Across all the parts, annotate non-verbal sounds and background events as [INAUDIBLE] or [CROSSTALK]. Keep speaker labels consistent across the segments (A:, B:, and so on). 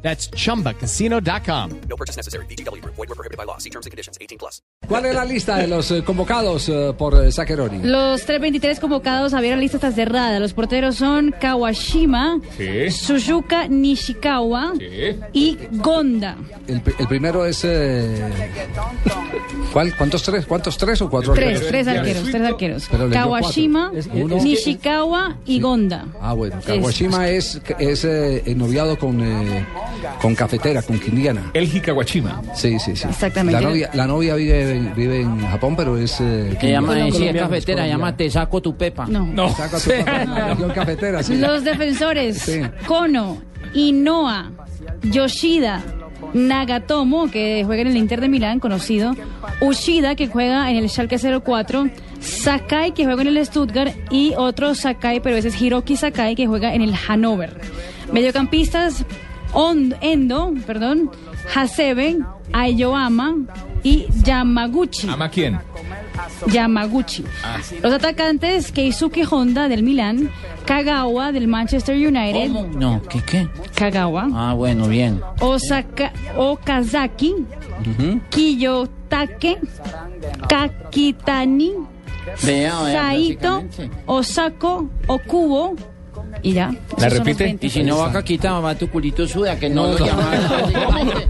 A: That's chumbacasino.com.
B: No purchase necessary. BGW. Void were prohibited by law. See terms and conditions. 18 plus.
C: ¿Cuál es la lista de los eh, convocados eh, por eh, Zaccheroni?
D: Los 323 convocados a ver la lista está cerrada. Los porteros son Kawashima, Suzuka Nishikawa y Gonda.
C: El, pri- el primero es... eh, ¿Cuál? ¿Cuántos tres? ¿Cuántos tres o cuatro?
D: Tres,
C: arqueros?
D: tres arqueros, tres arqueros.
C: Pero le dio
D: Kawashima,
C: cuatro. Es que- es que-
D: Nishikawa y Gonda.
C: Ah, bueno. Kawashima es, es eh, ennoviado con, eh, con Cafetera, con Quindiana.
E: El Jicaguachima.
C: Sí, sí, sí.
D: Exactamente.
C: La novia, la novia vive, vive en Japón, pero es... eh,
F: Que
C: quindiana.
F: llama, eh, sí, es
C: Colombiana,
F: cafetera,
C: colombiana.
F: llama Te saco tu pepa.
D: No.
E: No.
C: Saca tu papá,
F: [LAUGHS]
C: nació en cafetera, sí.
D: Los defensores
C: Sí.
D: Kono, Inoa, Yoshida, Nagatomo, que juega en el Inter de Milán, conocido, Ushida, que juega en el Schalke 04, Sakai, que juega en el Stuttgart, y otro Sakai, pero ese es Hiroki Sakai, que juega en el Hannover. Mediocampistas, On- Endo, perdón, Hasebe, Ayoama y Yamaguchi.
E: ¿Ama quién?
D: Yamaguchi. Los atacantes, Keisuke Honda del Milán, Kagawa del Manchester United,
F: ¿Cómo? No, ¿qué qué?
D: Kagawa,
F: Ah, bueno, bien.
D: Osaka, Okazaki, Kiyotake, Kakitani,
F: Vea, vea,
D: Saito,
F: eh, básicamente.
D: Osako, Okubo y ya. Esos son los
E: repite?
D: 20.
F: Y si no va Caquita, va tu culito suda, que no, lo llamaron. básicamente.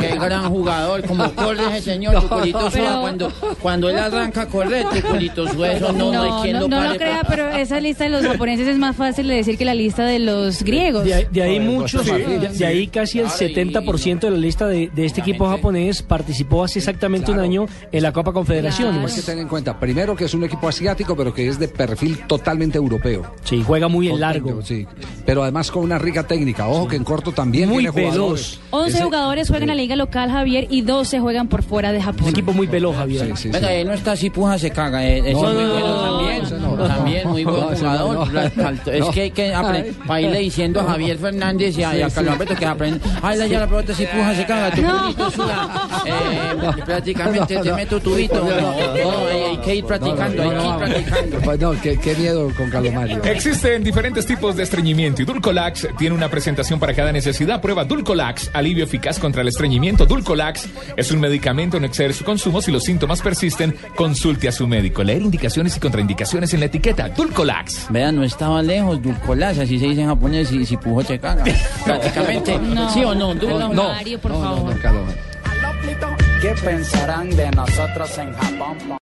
F: Qué gran jugador, como corre ese señor, tu culito suda.
D: Pero-
F: Cuando, cuando él arranca a correr, tu culito suda, eso no, no hay quien
D: no,
F: lo
D: no
F: pare.
D: lo crea, pero esa lista de los japoneses es más fácil de decir que la lista de los griegos.
G: De, ahí- de ahí muchos, de, de ahí casi el
F: Claro, y-
G: 70% de la lista de, de este equipo japonés participó hace exactamente un año en la Copa Confederación.
D: Claro.
C: Hay que tener en cuenta, primero que es un equipo asiático, pero que es de perfil totalmente europeo.
G: Sí, juega muy en largo.
C: Sí, pero además con una rica técnica. Ojo que en corto también
G: Muy
C: tiene jugadores.
G: veloz.
D: 11
C: Ese-
D: jugadores juegan en la liga local, Javier, y 12 juegan por fuera de
G: Un
D: Japón.
G: equipo muy veloz, Javier.
C: Sí, sí, sí.
F: Venga, ahí no está si puja se caga. eh, Eso
C: No,
F: es muy
C: no,
F: bueno
C: no,
F: también.
C: ese no.
F: También muy
C: [LAUGHS]
F: buen
C: No, ese no,
F: jugador.
C: no.
F: Faltó- Es
C: No.
F: que hay que aprender. Para irle diciendo a Javier Fernández y a, y a Carlos Alberto que aprende. Ay, la ya la pelota si puja se caga. Tu
D: No. [LAUGHS]
F: culito suda. Eh, Prácticamente te meto tubito. No, no, hay hay que ir practicando. Hay que ir practicando.
C: Pues no, qué, qué miedo con Carlos Mario.
E: Existen diferentes tipos de estreñimiento y Dulcolax tiene una presentación para cada necesidad. Prueba Dulcolax, alivio eficaz contra el estreñimiento. Dulcolax es un medicamento, no exceder su consumo. Si los síntomas persisten, consulte a su médico. Leer indicaciones y contraindicaciones en la etiqueta. Dulcolax.
F: Vean, no estaba lejos, Dulcolás, así se dice en japonés, si, si pujo
C: [LAUGHS]
F: se caga. Prácticamente.
D: No.
F: ¿Sí o no?
D: No,
F: Dulcolás.
D: Mario, por
C: No, no,
D: favor.
C: no, Carlos Mario.
H: ¿Qué pensarán de nosotros en Japón?